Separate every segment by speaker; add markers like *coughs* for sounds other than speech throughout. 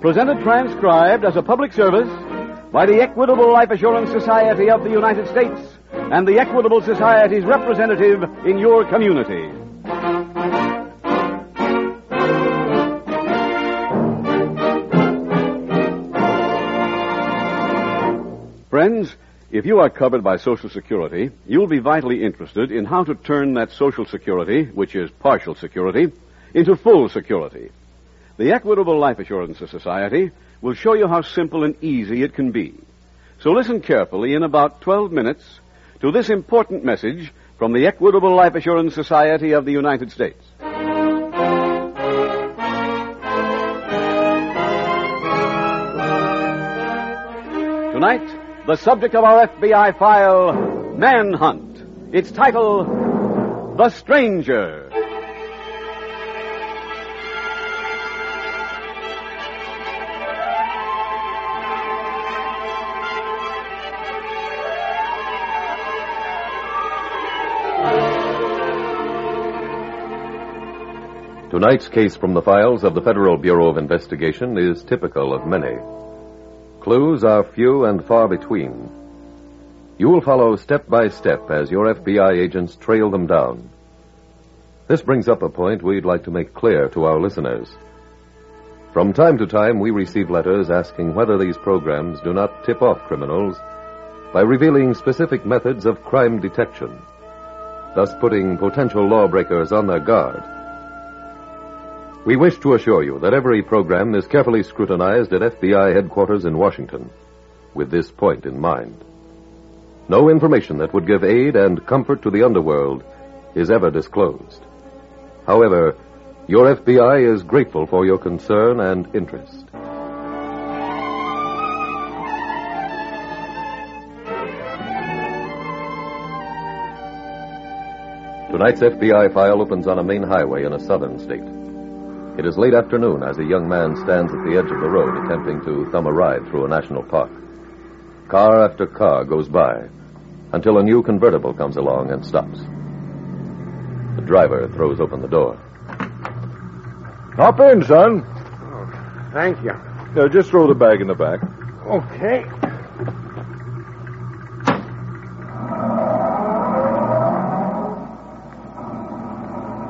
Speaker 1: Presented transcribed as a public service by the Equitable Life Assurance Society of the United States and the Equitable Society's representative in your community. Friends, if you are covered by Social Security, you'll be vitally interested in how to turn that Social Security, which is partial security, into full security. The Equitable Life Assurance Society will show you how simple and easy it can be. So listen carefully in about 12 minutes to this important message from the Equitable Life Assurance Society of the United States. Tonight, the subject of our FBI file, Manhunt. Its title, The Stranger.
Speaker 2: Tonight's case from the files of the Federal Bureau of Investigation is typical of many. Clues are few and far between. You will follow step by step as your FBI agents trail them down. This brings up a point we'd like to make clear to our listeners. From time to time, we receive letters asking whether these programs do not tip off criminals by revealing specific methods of crime detection, thus putting potential lawbreakers on their guard. We wish to assure you that every program is carefully scrutinized at FBI headquarters in Washington with this point in mind. No information that would give aid and comfort to the underworld is ever disclosed. However, your FBI is grateful for your concern and interest. Tonight's FBI file opens on a main highway in a southern state. It is late afternoon as a young man stands at the edge of the road attempting to thumb a ride through a national park. Car after car goes by until a new convertible comes along and stops. The driver throws open the door.
Speaker 3: Hop in, son.
Speaker 4: Thank you.
Speaker 3: Now, just throw the bag in the back.
Speaker 4: Okay.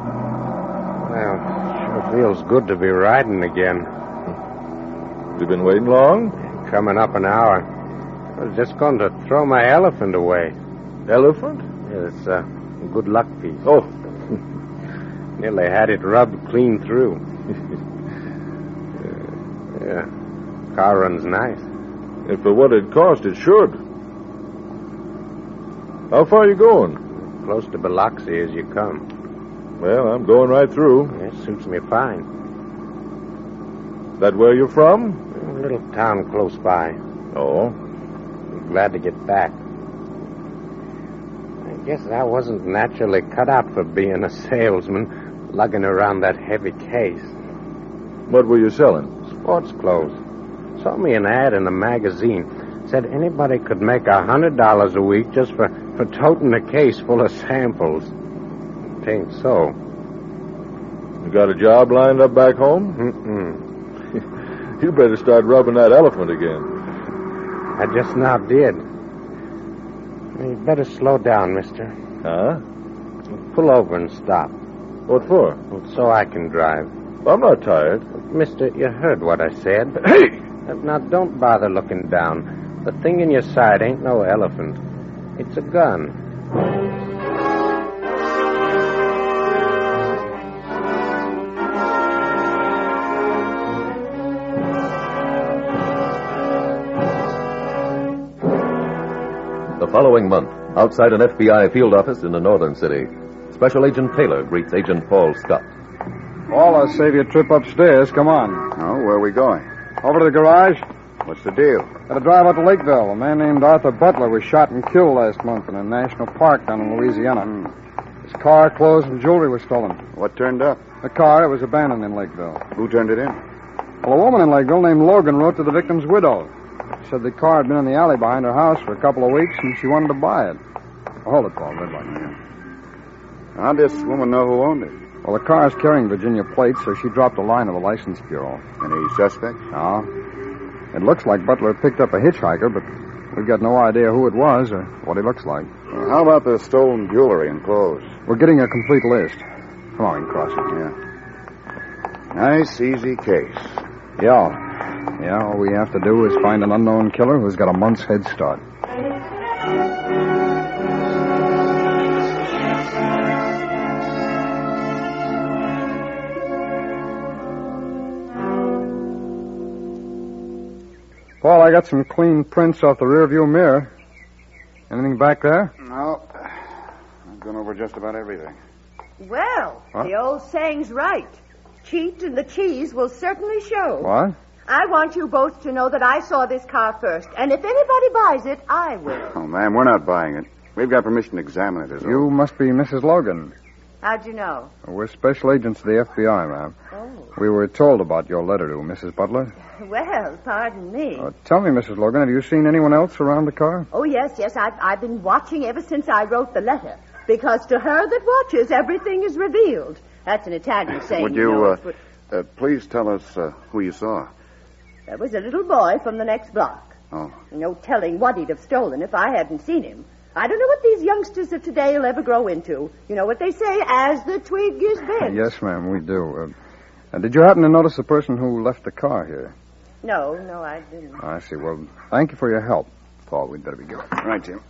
Speaker 4: Well, sure feels good to be riding again.
Speaker 3: You been waiting long?
Speaker 4: Coming up an hour. I was just going to throw my elephant away.
Speaker 3: Elephant?
Speaker 4: It's a good luck piece.
Speaker 3: Oh,
Speaker 4: *laughs* Nearly had it rubbed clean through. *laughs* Uh, yeah. Car runs nice.
Speaker 3: and for what it cost, it should. How far you going?
Speaker 4: Close to Biloxi as you come.
Speaker 3: Well, I'm going right through.
Speaker 4: It suits me fine.
Speaker 3: That where you're from?
Speaker 4: A little town close by.
Speaker 3: Oh.
Speaker 4: Glad to get back. I guess I wasn't naturally cut out for being a salesman, lugging around that heavy case.
Speaker 3: What were you selling?
Speaker 4: Sports clothes. Saw me an ad in a magazine. Said anybody could make a hundred dollars a week just for, for toting a case full of samples. Tain't so.
Speaker 3: You got a job lined up back home? *laughs*
Speaker 4: Mm-mm.
Speaker 3: You better start rubbing that elephant again.
Speaker 4: I just now did. You better slow down, mister.
Speaker 3: Huh?
Speaker 4: Pull over and stop.
Speaker 3: What for?
Speaker 4: So I can drive.
Speaker 3: I'm not tired.
Speaker 4: Mister, you heard what I said.
Speaker 5: *coughs*
Speaker 3: Hey!
Speaker 4: Uh, Now, don't bother looking down. The thing in your side ain't no elephant. It's a gun.
Speaker 2: The following month, outside an FBI field office in a northern city, Special Agent Taylor greets Agent Paul Scott.
Speaker 1: Paul, I'll save you a trip upstairs. Come on.
Speaker 6: Oh, where are we going?
Speaker 1: Over to the garage.
Speaker 6: What's the deal?
Speaker 5: Got a drive out to Lakeville. A man named Arthur Butler was shot and killed last month in a national park down in Louisiana. His car, clothes, and jewelry was stolen.
Speaker 6: Hmm. What turned up?
Speaker 5: The car, it was abandoned in Lakeville.
Speaker 6: Who turned it in?
Speaker 5: Well, a woman in Lakeville named Logan wrote to the victim's widow. She said the car had been in the alley behind her house for a couple of weeks and she wanted to buy it. Hold it, Paul. Red light.
Speaker 6: How'd this woman know who owned it?
Speaker 5: Well, the car's carrying Virginia plates, so she dropped a line to the license bureau.
Speaker 6: Any suspect?
Speaker 5: Now, it looks like Butler picked up a hitchhiker, but we've got no idea who it was or what he looks like.
Speaker 6: Well, how about the stolen jewelry and clothes?
Speaker 5: We're getting a complete list. Come on, we can cross it.
Speaker 6: Yeah. Nice, easy case.
Speaker 5: Yeah. Yeah, all we have to do is find an unknown killer who's got a month's head start. Paul, I got some clean prints off the rearview mirror. Anything back there?
Speaker 6: No. I've gone over just about everything.
Speaker 7: Well, the old saying's right. Cheat and the cheese will certainly show.
Speaker 5: What?
Speaker 7: I want you both to know that I saw this car first, and if anybody buys it, I will.
Speaker 6: Oh, ma'am, we're not buying it. We've got permission to examine it as
Speaker 5: You must be Mrs. Logan.
Speaker 7: How'd you know?
Speaker 5: We're special agents of the FBI, ma'am.
Speaker 7: Oh,
Speaker 5: We were told about your letter to Mrs. Butler.
Speaker 7: well, pardon me.
Speaker 5: Uh, tell me, Mrs. Logan, have you seen anyone else around the car?
Speaker 7: Oh, yes, yes, I've, I've been watching ever since I wrote the letter. Because to her that watches, everything is revealed. That's an Italian saying.
Speaker 6: Would you,
Speaker 7: know,
Speaker 6: uh,
Speaker 7: but
Speaker 6: Uh, please tell us uh, who you saw.
Speaker 7: There was a little boy from the next block.
Speaker 6: Oh.
Speaker 7: No telling what he'd have stolen if I hadn't seen him. I don't know what these youngsters of today will ever grow into. You know what they say, as the twig is bent.
Speaker 5: Yes, ma'am, we do. Uh, uh, did you happen to notice the person who left the car here?
Speaker 7: No, no, I didn't.
Speaker 5: I see. Well, thank you for your help, Paul. We'd better be going.
Speaker 6: Right, Jim.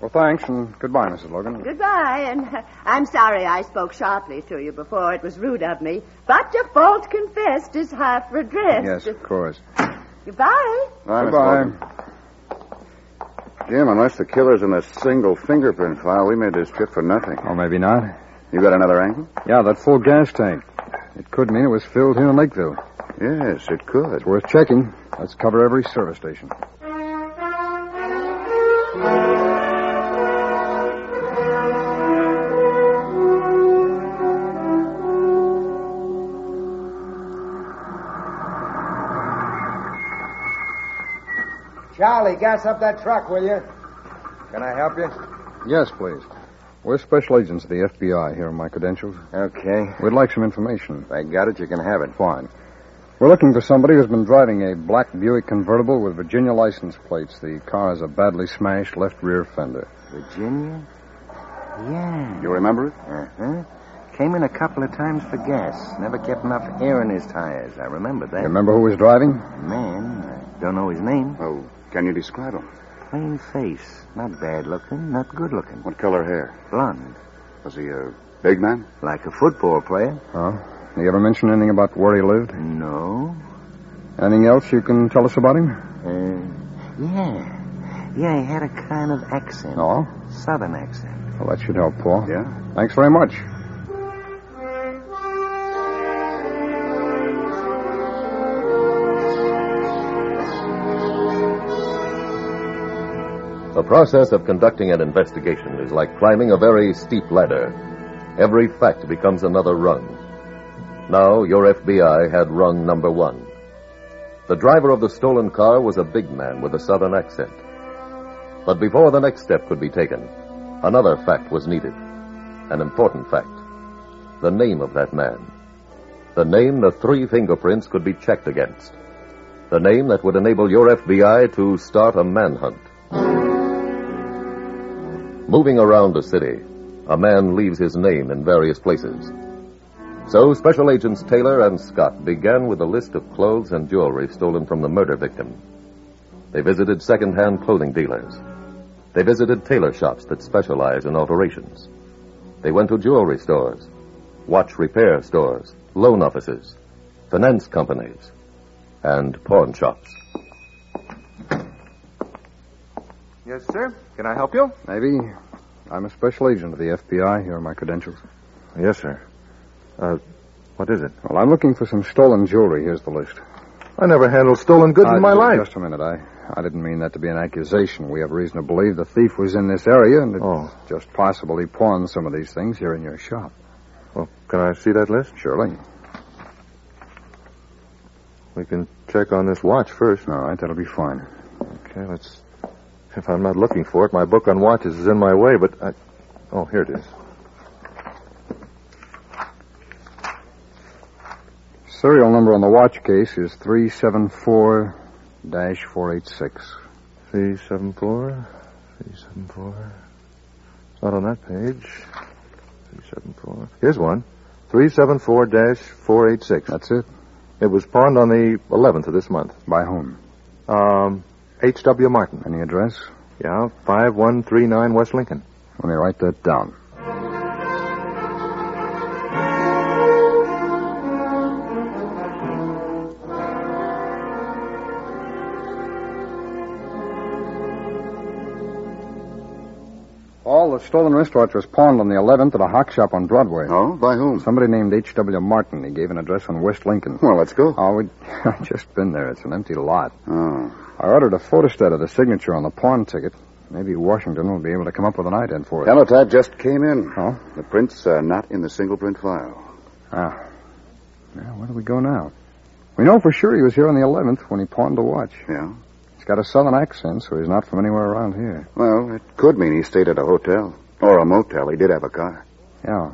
Speaker 5: Well, thanks, and goodbye, Mrs. Logan.
Speaker 7: Goodbye, and uh, I'm sorry I spoke sharply to you before. It was rude of me. But your fault confessed is half redressed.
Speaker 5: Yes, of course.
Speaker 7: Goodbye.
Speaker 6: Bye, Miss
Speaker 5: Goodbye.
Speaker 6: Logan. Jim, unless the killer's in a single fingerprint file, we made this trip for nothing.
Speaker 5: Or maybe not.
Speaker 6: You got another angle?
Speaker 5: Yeah, that full gas tank. It could mean it was filled here in Lakeville.
Speaker 6: Yes, it could.
Speaker 5: It's worth checking. Let's cover every service station.
Speaker 8: Charlie, gas up that truck, will you? Can I help you?
Speaker 5: Yes, please. We're special agents of the FBI here in my credentials.
Speaker 8: Okay.
Speaker 5: We'd like some information.
Speaker 8: If I got it, you can have it.
Speaker 5: Fine. We're looking for somebody who's been driving a black Buick convertible with Virginia license plates. The car has a badly smashed left rear fender.
Speaker 8: Virginia? Yeah.
Speaker 6: You remember it?
Speaker 8: Uh-huh. Came in a couple of times for gas. Never kept enough air in his tires. I remember that.
Speaker 5: You remember who was driving?
Speaker 8: Man, I don't know his name.
Speaker 6: Oh, can you describe him?
Speaker 8: Plain face. Not bad looking, not good looking.
Speaker 6: What color hair?
Speaker 8: Blonde.
Speaker 6: Was he a big man?
Speaker 8: Like a football player.
Speaker 5: Huh? He ever mention anything about where he lived?
Speaker 8: No.
Speaker 5: Anything else you can tell us about him?
Speaker 8: Uh, yeah. Yeah, he had a kind of accent.
Speaker 5: No.
Speaker 8: Southern accent.
Speaker 5: Oh? Well, that should help, Paul.
Speaker 6: Yeah.
Speaker 5: Thanks very much.
Speaker 2: The process of conducting an investigation is like climbing a very steep ladder. Every fact becomes another rung. Now, your FBI had rung number one. The driver of the stolen car was a big man with a southern accent. But before the next step could be taken, another fact was needed. An important fact. The name of that man. The name the three fingerprints could be checked against. The name that would enable your FBI to start a manhunt. Moving around the city, a man leaves his name in various places. So Special Agents Taylor and Scott began with a list of clothes and jewelry stolen from the murder victim. They visited second-hand clothing dealers. They visited tailor shops that specialize in alterations. They went to jewelry stores, watch repair stores, loan offices, finance companies, and pawn shops.
Speaker 8: Yes, sir. Can I help you?
Speaker 5: Maybe. I'm a special agent of the FBI. Here are my credentials.
Speaker 8: Yes, sir. Uh, what is it?
Speaker 5: Well, I'm looking for some stolen jewelry. Here's the list.
Speaker 3: I never handled stolen goods
Speaker 5: Uh,
Speaker 3: in my
Speaker 5: ju-
Speaker 3: life.
Speaker 5: Just a minute. I, I didn't mean that to be an accusation. We have reason to believe the thief was in this area, and it's
Speaker 3: Oh.
Speaker 5: just possible he pawned some of these things here in your shop.
Speaker 3: Well, can I see that list?
Speaker 5: Surely.
Speaker 3: We can check on this watch first.
Speaker 5: All right, that'll be fine.
Speaker 3: Okay, let's. If I'm not looking for it, my book on watches is in my way, but I. Oh, here it is.
Speaker 5: Serial number on the watch case is 374 486.
Speaker 3: Three seven four, three seven four. It's not on that page. Three seven four. Here's one. Three seven four dash four eight six.
Speaker 5: That's it.
Speaker 3: It was pawned on the eleventh of this month.
Speaker 5: By whom?
Speaker 3: Um, H. W. Martin.
Speaker 5: Any address?
Speaker 3: Yeah, five one three nine West Lincoln.
Speaker 5: Let me write that down. All the stolen wristwatch was pawned on the 11th at a hock shop on Broadway.
Speaker 6: Oh, by whom?
Speaker 5: Somebody named H.W. Martin. He gave an address on West Lincoln.
Speaker 6: Well, let's go.
Speaker 5: Oh, *laughs* we I've just been there. It's an empty lot.
Speaker 6: Oh.
Speaker 5: I ordered a photostat of the signature on the pawn ticket. Maybe Washington will be able to come up with an ident for it.
Speaker 6: Teletype just came in.
Speaker 5: Oh?
Speaker 6: The prints are not in the single print file.
Speaker 5: Ah. Now, where do we go now? We know for sure he was here on the 11th when he pawned the watch.
Speaker 6: Yeah?
Speaker 5: He's got a southern accent, so he's not from anywhere around here.
Speaker 6: Well, it could mean he stayed at a hotel. Or a motel. He did have a car.
Speaker 5: Yeah.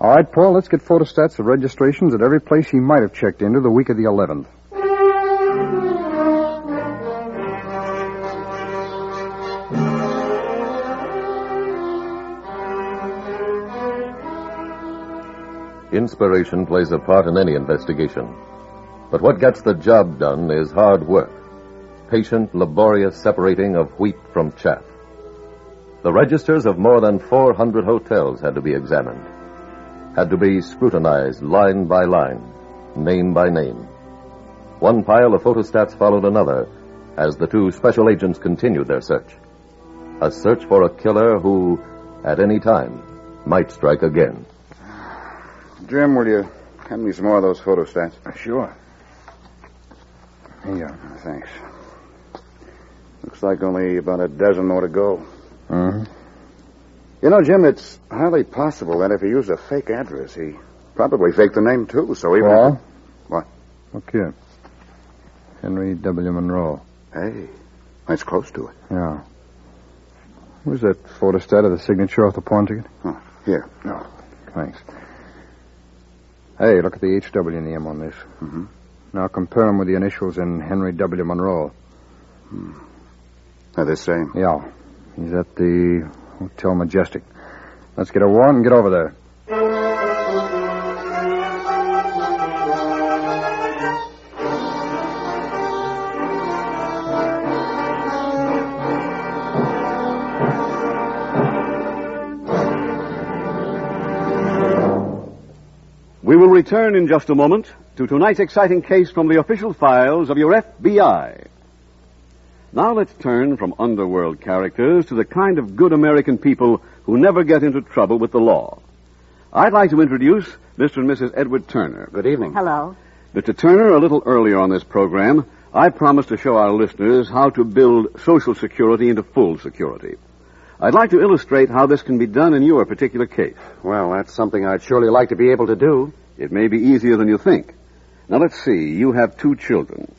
Speaker 5: All right, Paul, let's get photostats of registrations at every place he might have checked into the week of the 11th.
Speaker 2: Inspiration plays a part in any investigation. But what gets the job done is hard work. Patient, laborious separating of wheat from chaff. The registers of more than 400 hotels had to be examined, had to be scrutinized line by line, name by name. One pile of photostats followed another as the two special agents continued their search. A search for a killer who, at any time, might strike again.
Speaker 6: Jim, will you hand me some more of those photostats?
Speaker 5: Uh, Sure. Here.
Speaker 6: Thanks. Looks like only about a dozen more to go.
Speaker 5: Mm-hmm.
Speaker 6: You know, Jim, it's highly possible that if he used a fake address, he probably faked the name, too. So even.
Speaker 5: Paul?
Speaker 6: What?
Speaker 5: Look here. Henry W. Monroe.
Speaker 6: Hey, that's close to it.
Speaker 5: Yeah. Where's that photostat of the signature off the pawn ticket?
Speaker 6: Here.
Speaker 5: No. Thanks. Hey, look at the HW and the M on this.
Speaker 6: Mhm.
Speaker 5: Now compare them with the initials in Henry W. Monroe.
Speaker 6: They're the Hmm. same.
Speaker 5: Yeah. He's at the Hotel Majestic. Let's get a warrant and get over there.
Speaker 1: We will return in just a moment to tonight's exciting case from the official files of your FBI. Now let's turn from underworld characters to the kind of good American people who never get into trouble with the law. I'd like to introduce Mr. and Mrs. Edward Turner.
Speaker 6: Good evening.
Speaker 7: Hello.
Speaker 1: Mr. Turner, a little earlier on this program, I promised to show our listeners how to build Social Security into full security. I'd like to illustrate how this can be done in your particular case.
Speaker 6: Well, that's something I'd surely like to be able to do.
Speaker 1: It may be easier than you think. Now, let's see. You have two children.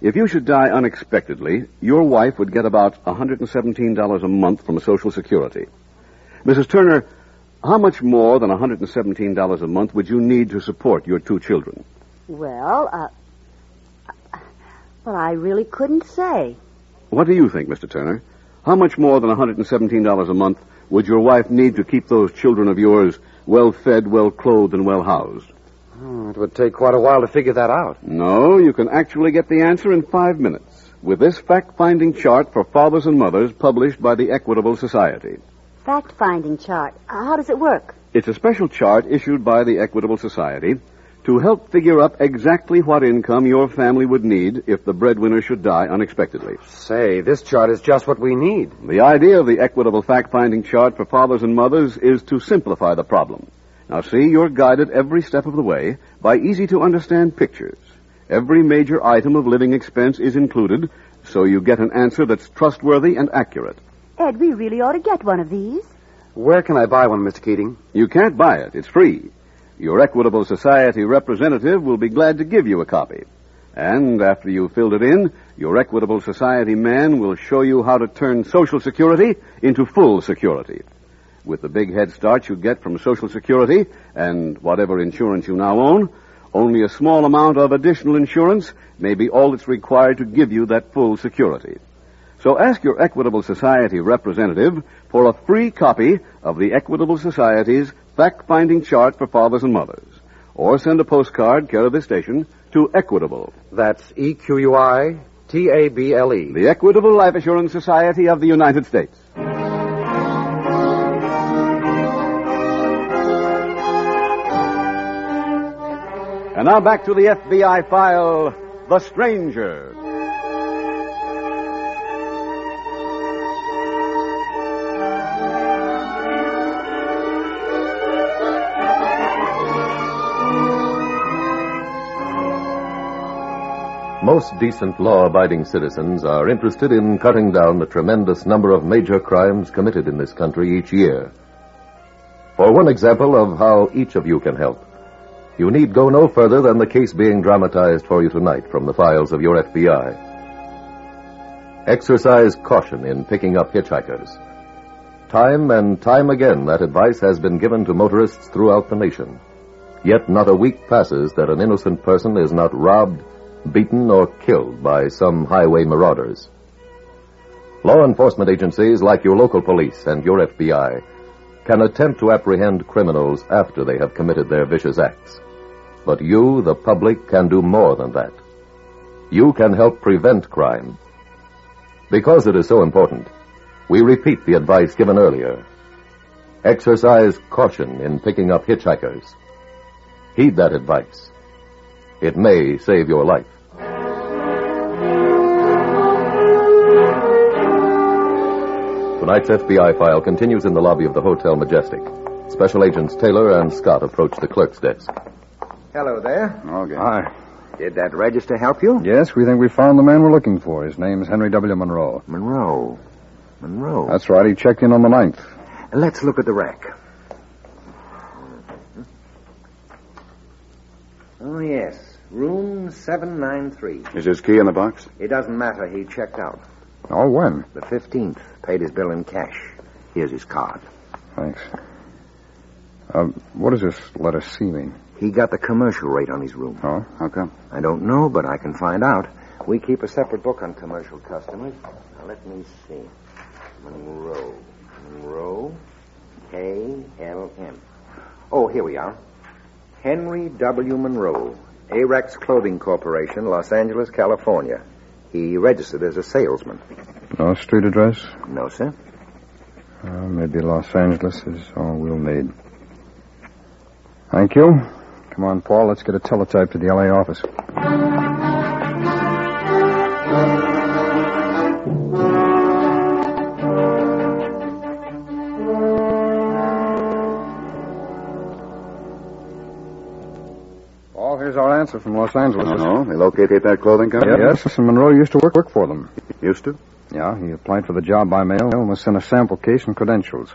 Speaker 1: If you should die unexpectedly, your wife would get about $117 a month from Social Security. Mrs. Turner, how much more than $117 a month would you need to support your two children?
Speaker 7: Well, uh,
Speaker 9: uh,
Speaker 7: well, I really couldn't say.
Speaker 1: What do you think, Mr. Turner? How much more than $117 a month would your wife need to keep those children of yours well fed, well clothed, and well housed?
Speaker 6: Hmm, it would take quite a while to figure that out.
Speaker 1: No, you can actually get the answer in five minutes with this fact finding chart for fathers and mothers published by the Equitable Society.
Speaker 7: Fact finding chart. Uh, How does it work?
Speaker 1: It's a special chart issued by the Equitable Society to help figure up exactly what income your family would need if the breadwinner should die unexpectedly.
Speaker 6: Say, this chart is just what we need.
Speaker 1: The idea of the Equitable Fact Finding Chart for fathers and mothers is to simplify the problem. Now, see, you're guided every step of the way by easy to understand pictures. Every major item of living expense is included, so you get an answer that's trustworthy and accurate.
Speaker 9: Ed, we really ought to get one of these.
Speaker 1: Where can I buy one, Mr. Keating? You can't buy it. It's free. Your Equitable Society representative will be glad to give you a copy. And after you've filled it in, your Equitable Society man will show you how to turn Social Security into full security. With the big head start you get from Social Security and whatever insurance you now own, only a small amount of additional insurance may be all that's required to give you that full security. So ask your Equitable Society representative for a free copy of the Equitable Society's fact finding chart for fathers and mothers. Or send a postcard, care of this station, to Equitable. That's E Q U I T A B L E. The Equitable Life Assurance Society of the United States. And now back to the FBI file The Stranger.
Speaker 2: Most decent law abiding citizens are interested in cutting down the tremendous number of major crimes committed in this country each year. For one example of how each of you can help, you need go no further than the case being dramatized for you tonight from the files of your FBI. Exercise caution in picking up hitchhikers. Time and time again, that advice has been given to motorists throughout the nation. Yet not a week passes that an innocent person is not robbed, beaten, or killed by some highway marauders. Law enforcement agencies like your local police and your FBI can attempt to apprehend criminals after they have committed their vicious acts. But you, the public, can do more than that. You can help prevent crime. Because it is so important, we repeat the advice given earlier. Exercise caution in picking up hitchhikers. Heed that advice. It may save your life. Tonight's FBI file continues in the lobby of the Hotel Majestic. Special Agents Taylor and Scott approach the clerk's desk.
Speaker 8: Hello there.
Speaker 5: Okay. Hi.
Speaker 8: Did that register help you?
Speaker 5: Yes, we think we found the man we're looking for. His name's Henry W. Monroe.
Speaker 8: Monroe. Monroe.
Speaker 5: That's right. He checked in on the ninth.
Speaker 8: Let's look at the rack. Oh, yes. Room 793.
Speaker 6: Is his key in the box?
Speaker 8: It doesn't matter. He checked out.
Speaker 5: Oh, when?
Speaker 8: The 15th. Paid his bill in cash. Here's his card.
Speaker 5: Thanks. Uh, what does this letter C mean?
Speaker 8: He got the commercial rate on his room.
Speaker 5: Oh?
Speaker 6: How come?
Speaker 8: I don't know, but I can find out. We keep a separate book on commercial customers. Now, let me see. Monroe. Monroe. K-L-M. Oh, here we are. Henry W. Monroe, Arex Clothing Corporation, Los Angeles, California. He registered as a salesman.
Speaker 5: No street address?
Speaker 8: No, sir.
Speaker 5: Uh, maybe Los Angeles is all we'll need. Thank you. Come on, Paul. Let's get a teletype to the L.A. office. Paul, here's our answer from Los Angeles.
Speaker 6: No, no. Uh-huh. They located that clothing company?
Speaker 5: Yes, and Monroe used to work, work for them.
Speaker 6: Used to?
Speaker 5: Yeah, he applied for the job by mail and was sent a sample case and credentials.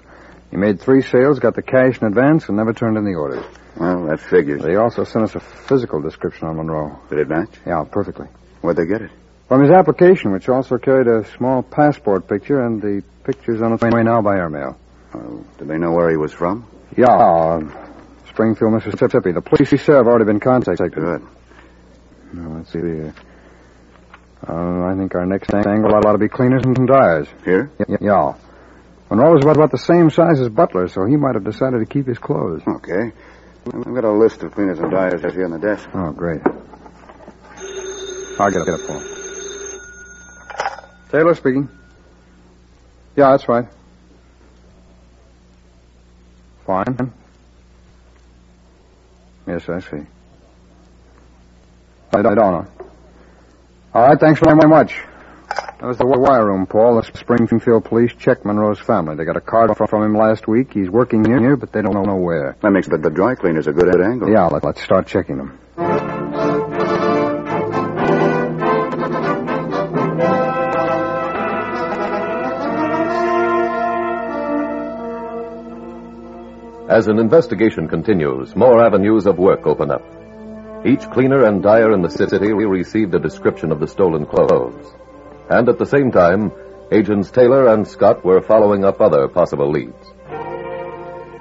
Speaker 5: He made three sales, got the cash in advance, and never turned in the orders.
Speaker 6: Well, that figures.
Speaker 5: They also sent us a physical description on Monroe.
Speaker 6: Did it match?
Speaker 5: Yeah, perfectly.
Speaker 6: Where'd they get it?
Speaker 5: From his application, which also carried a small passport picture and the pictures on its way now by airmail.
Speaker 6: Oh, did they know where he was from?
Speaker 5: Yeah, uh, Springfield, Mississippi. The police there have already been contacted.
Speaker 6: Good.
Speaker 5: Now, let's see here. Uh, I think our next angle ought to be cleaners and dyers.
Speaker 6: Here?
Speaker 5: Y- y- yeah. Monroe was about, about the same size as Butler, so he might have decided to keep his clothes.
Speaker 6: Okay. I've got a list of cleaners and dyers right here on the desk.
Speaker 5: Oh, great. I'll get it, get it for him. Taylor speaking. Yeah, that's right. Fine. Yes, I see. I don't, I don't know. All right, thanks very much. That was the wire room, Paul. The Springfield police checked Monroe's family. They got a card fro- from him last week. He's working here, but they don't know where.
Speaker 6: That makes the, the dry cleaners a good angle.
Speaker 5: Yeah, let, let's start checking them.
Speaker 2: As an investigation continues, more avenues of work open up. Each cleaner and dyer in the city received a description of the stolen clothes. And at the same time, agents Taylor and Scott were following up other possible leads.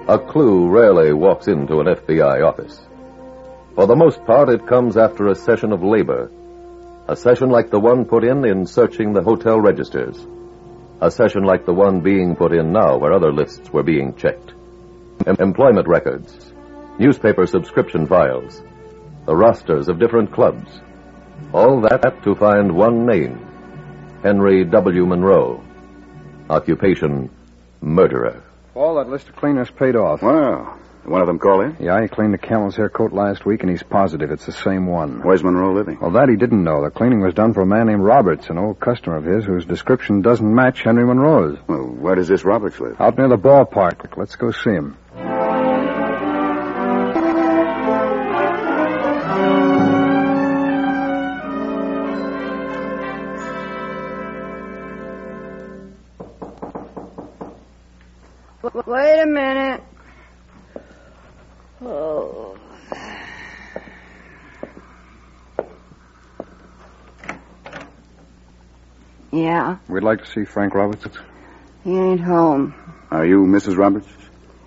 Speaker 2: A clue rarely walks into an FBI office. For the most part, it comes after a session of labor. A session like the one put in in searching the hotel registers. A session like the one being put in now where other lists were being checked. Em- employment records, newspaper subscription files, the rosters of different clubs. All that to find one name. Henry W. Monroe. Occupation, murderer.
Speaker 5: All that list of cleaners paid off.
Speaker 6: Wow. One of them call in?
Speaker 5: Yeah, he cleaned the camel's hair coat last week, and he's positive it's the same one.
Speaker 6: Where's Monroe living?
Speaker 5: Well, that he didn't know. The cleaning was done for a man named Roberts, an old customer of his whose description doesn't match Henry Monroe's.
Speaker 6: Well, where does this Roberts live?
Speaker 5: Out near the ballpark. Let's go see him.
Speaker 10: W- *laughs* Wait a minute. Oh. Yeah,
Speaker 5: We'd like to see Frank Roberts.
Speaker 10: he ain't home.
Speaker 6: Are you Mrs. Roberts?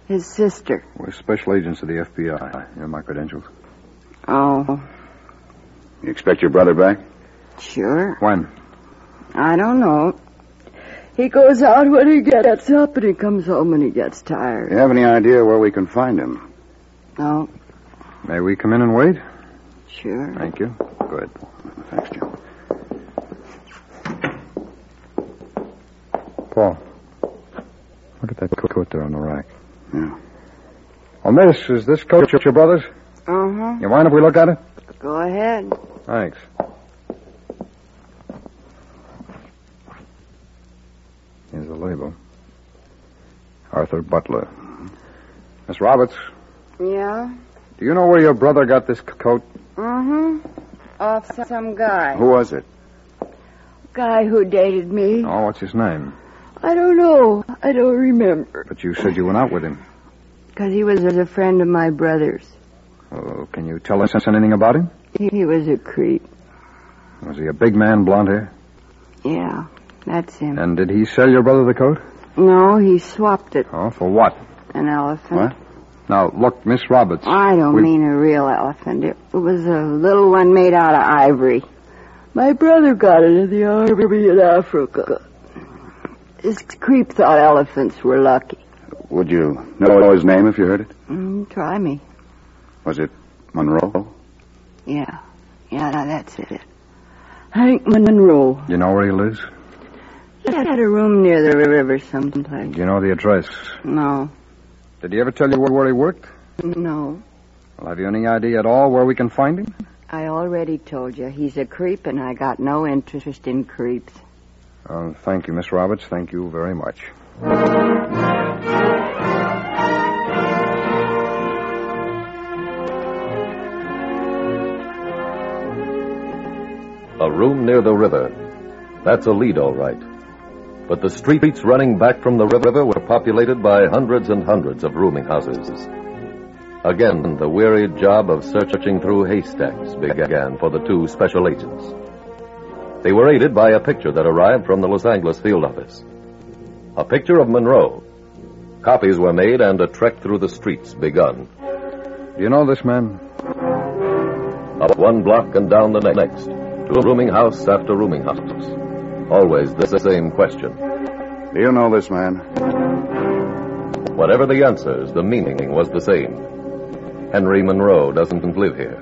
Speaker 10: His sister.
Speaker 5: We're special agents of the FBI. Here are my credentials.
Speaker 10: Oh,
Speaker 6: You expect your brother back?
Speaker 10: sure.
Speaker 5: When?
Speaker 10: I don't know. He goes out when he gets up and he comes home when he gets tired.
Speaker 6: You have any idea where we can find him?
Speaker 10: Oh,
Speaker 5: May we come in and wait?
Speaker 10: sure.
Speaker 5: Thank you. Good. Thanks, Jim. Paul, look at that co- coat there on the rack.
Speaker 6: Yeah.
Speaker 5: Oh, miss, is this coat your brother's?
Speaker 10: Uh huh.
Speaker 5: You mind if we look at it?
Speaker 10: Go ahead.
Speaker 5: Thanks. Here's the label. Arthur Butler. Miss Roberts,
Speaker 10: Yeah.
Speaker 5: do you know where your brother got this c- coat?
Speaker 10: Uh huh. Off so- some guy.
Speaker 6: Who was it?
Speaker 10: Guy who dated me.
Speaker 5: Oh, what's his name?
Speaker 10: I don't know. I don't remember.
Speaker 5: But you said you went out with him.
Speaker 10: Because he was a friend of my brother's.
Speaker 5: Oh, can you tell us anything about him?
Speaker 10: He, he was a creep.
Speaker 5: Was he a big man, blond hair?
Speaker 10: Yeah, that's him.
Speaker 5: And did he sell your brother the coat?
Speaker 10: No, he swapped it.
Speaker 5: Oh, for what?
Speaker 10: An elephant.
Speaker 5: What? Now, look, Miss Roberts.
Speaker 6: Ah.
Speaker 10: I don't
Speaker 5: we-
Speaker 10: mean a real elephant. It was a little one made out of ivory. My brother got it in the army in Africa. This creep thought elephants were lucky.
Speaker 6: Would you know his name if you heard it?
Speaker 10: Mm, try me.
Speaker 6: Was it Monroe?
Speaker 10: Yeah. Yeah, no, that's it. Hank Monroe.
Speaker 5: You know where he lives?
Speaker 10: He had a room near the river someplace.
Speaker 5: Do you know the address?
Speaker 10: No.
Speaker 5: Did he ever tell you where where he worked?
Speaker 10: No.
Speaker 5: Well, have you any idea at all where we can find him?
Speaker 10: I already told you he's a creep, and I got no interest in creeps.
Speaker 5: Oh, thank you, Miss Roberts. Thank you very much.
Speaker 2: A room near the river. That's a lead, all right. But the streets running back from the river were populated by hundreds and hundreds of rooming houses. Again, the weary job of searching through haystacks began for the two special agents. They were aided by a picture that arrived from the Los Angeles field office. A picture of Monroe. Copies were made and a trek through the streets begun.
Speaker 5: Do you know this man?
Speaker 2: Up one block and down the ne- next. Rooming house after rooming house. Always the same question.
Speaker 6: Do you know this man?
Speaker 2: Whatever the answers, the meaning was the same. Henry Monroe doesn't live here.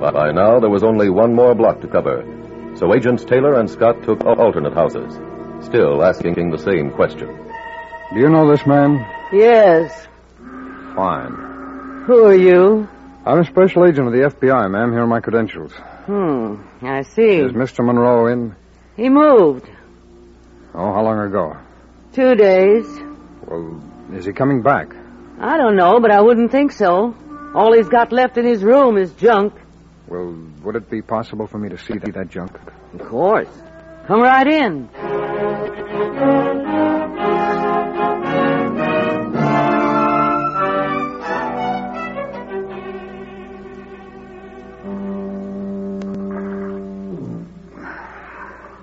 Speaker 2: But by now, there was only one more block to cover, so agents Taylor and Scott took al- alternate houses, still asking the same question.
Speaker 5: Do you know this man?
Speaker 11: Yes.
Speaker 5: Fine.
Speaker 11: Who are you?
Speaker 5: I'm a special agent of the FBI, ma'am. Here are my credentials.
Speaker 11: Hmm. I see.
Speaker 5: Is Mr. Monroe in?
Speaker 11: He moved.
Speaker 5: Oh, how long ago?
Speaker 11: Two days.
Speaker 5: Well, is he coming back?
Speaker 11: I don't know, but I wouldn't think so. All he's got left in his room is junk.
Speaker 5: Well, would it be possible for me to see that junk?
Speaker 11: Of course. Come right in.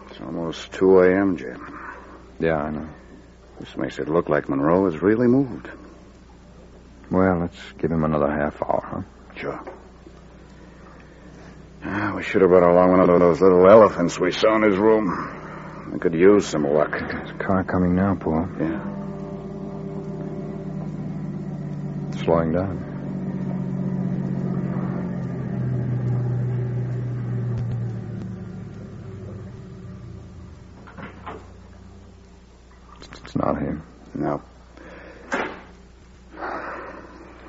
Speaker 6: It's almost 2 a.m., Jim.
Speaker 5: Yeah, I know.
Speaker 6: This makes it look like Monroe has really moved.
Speaker 5: Well, let's give him another half hour,
Speaker 6: Sure. Ah, we should have brought along one of those little elephants we saw in his room. I could use some luck.
Speaker 5: huh? Car coming now, Paul.
Speaker 6: Yeah.
Speaker 5: It's slowing down. It's not him.
Speaker 6: No.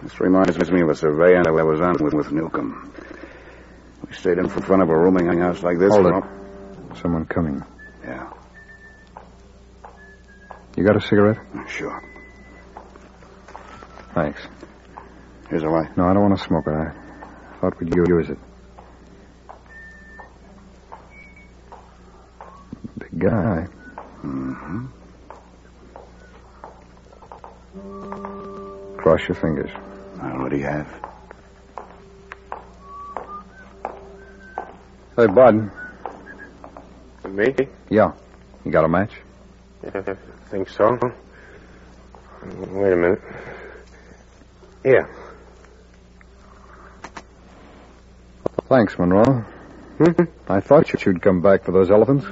Speaker 6: This reminds me of a survey I was on with, with Newcomb. We stayed in front of a rooming house like this.
Speaker 5: Hold
Speaker 6: for
Speaker 5: it. Someone coming.
Speaker 6: Yeah.
Speaker 5: You got a cigarette?
Speaker 6: al- Sure.
Speaker 5: Thanks.
Speaker 6: Here's a light.
Speaker 5: No, I don't want to smoke it. I thought we'd use it. Big guy.
Speaker 6: Mm-hmm.
Speaker 5: Cross your fingers.
Speaker 6: I already have.
Speaker 5: Hey, Bud.
Speaker 4: Me? *laughs*
Speaker 5: Yeah. You got a match?
Speaker 4: I think so. Wait a minute. Here.
Speaker 5: Thanks,
Speaker 6: *laughs*
Speaker 5: Monroe. I thought you'd come back for those elephants.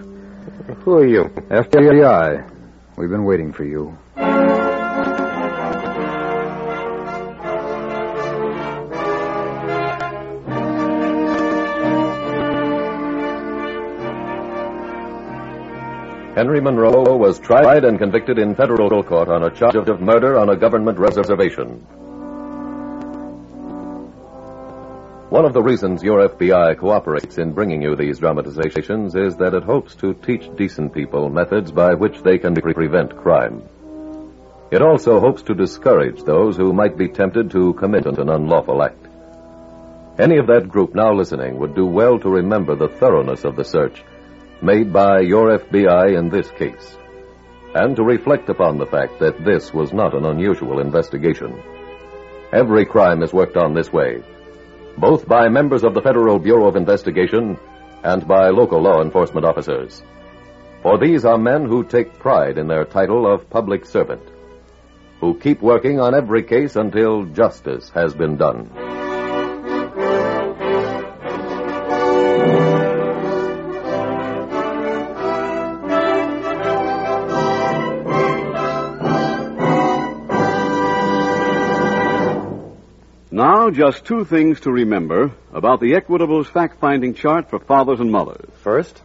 Speaker 4: Who are you?
Speaker 5: FBI. We've been waiting for you.
Speaker 2: Henry Monroe was tried and convicted in federal court on a charge of murder on a government reservation. One of the reasons your FBI cooperates in bringing you these dramatizations is that it hopes to teach decent people methods by which they can pre- prevent crime. It also hopes to discourage those who might be tempted to commit an unlawful act. Any of that group now listening would do well to remember the thoroughness of the search made by your FBI in this case, and to reflect upon the fact that this was not an unusual investigation. Every crime is worked on this way, both by members of the Federal Bureau of Investigation and by local law enforcement officers. For these are men who take pride in their title of public servant, who keep working on every case until justice has been done.
Speaker 1: Now, just two things to remember about the Equitable's fact finding chart for fathers and mothers.
Speaker 12: First,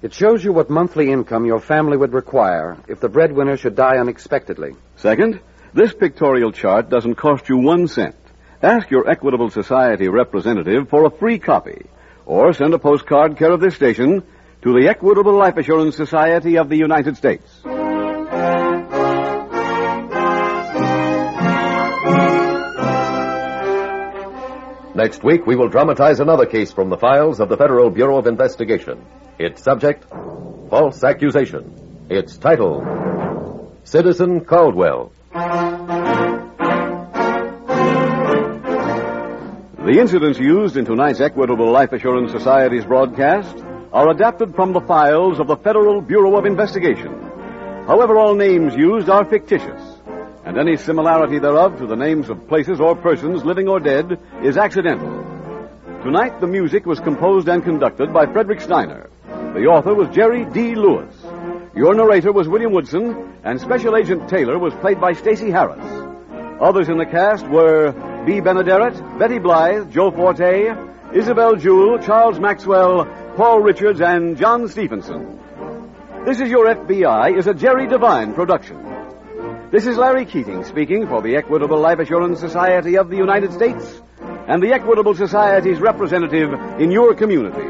Speaker 12: it shows you what monthly income your family would require if the breadwinner should die unexpectedly.
Speaker 1: Second, this pictorial chart doesn't cost you one cent. Ask your Equitable Society representative for a free copy, or send a postcard care of this station to the Equitable Life Assurance Society of the United States.
Speaker 2: Next week, we will dramatize another case from the files of the Federal Bureau of Investigation. Its subject, false accusation. Its title, Citizen Caldwell.
Speaker 1: The incidents used in tonight's Equitable Life Assurance Society's broadcast are adapted from the files of the Federal Bureau of Investigation. However, all names used are fictitious, and any similarity thereof to the names of places or persons, living or dead, is accidental. Tonight, the music was composed and conducted by Frederick Steiner. The author was Jerry D. Lewis. Your narrator was William Woodson, and Special Agent Taylor was played by Stacy Harris. Others in the cast were B. Benaderet, Betty Blythe, Joe Forte, Isabel Jewell, Charles Maxwell, Paul Richards, and John Stevenson. This is Your FBI is a Jerry Devine production. This is Larry Keating speaking for the Equitable Life Assurance Society of the United States and the Equitable Society's representative in your community.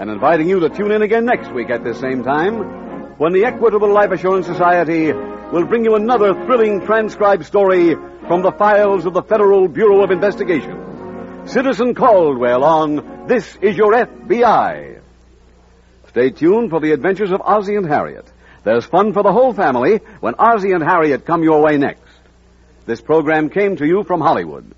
Speaker 1: And inviting you to tune in again next week at this same time when the Equitable Life Assurance Society will bring you another thrilling transcribed story from the files of the Federal Bureau of Investigation. Citizen Caldwell on This Is Your FBI. Stay tuned for the adventures of Ozzie and Harriet. There's fun for the whole family when Ozzie and Harriet come your way next. This program came to you from Hollywood.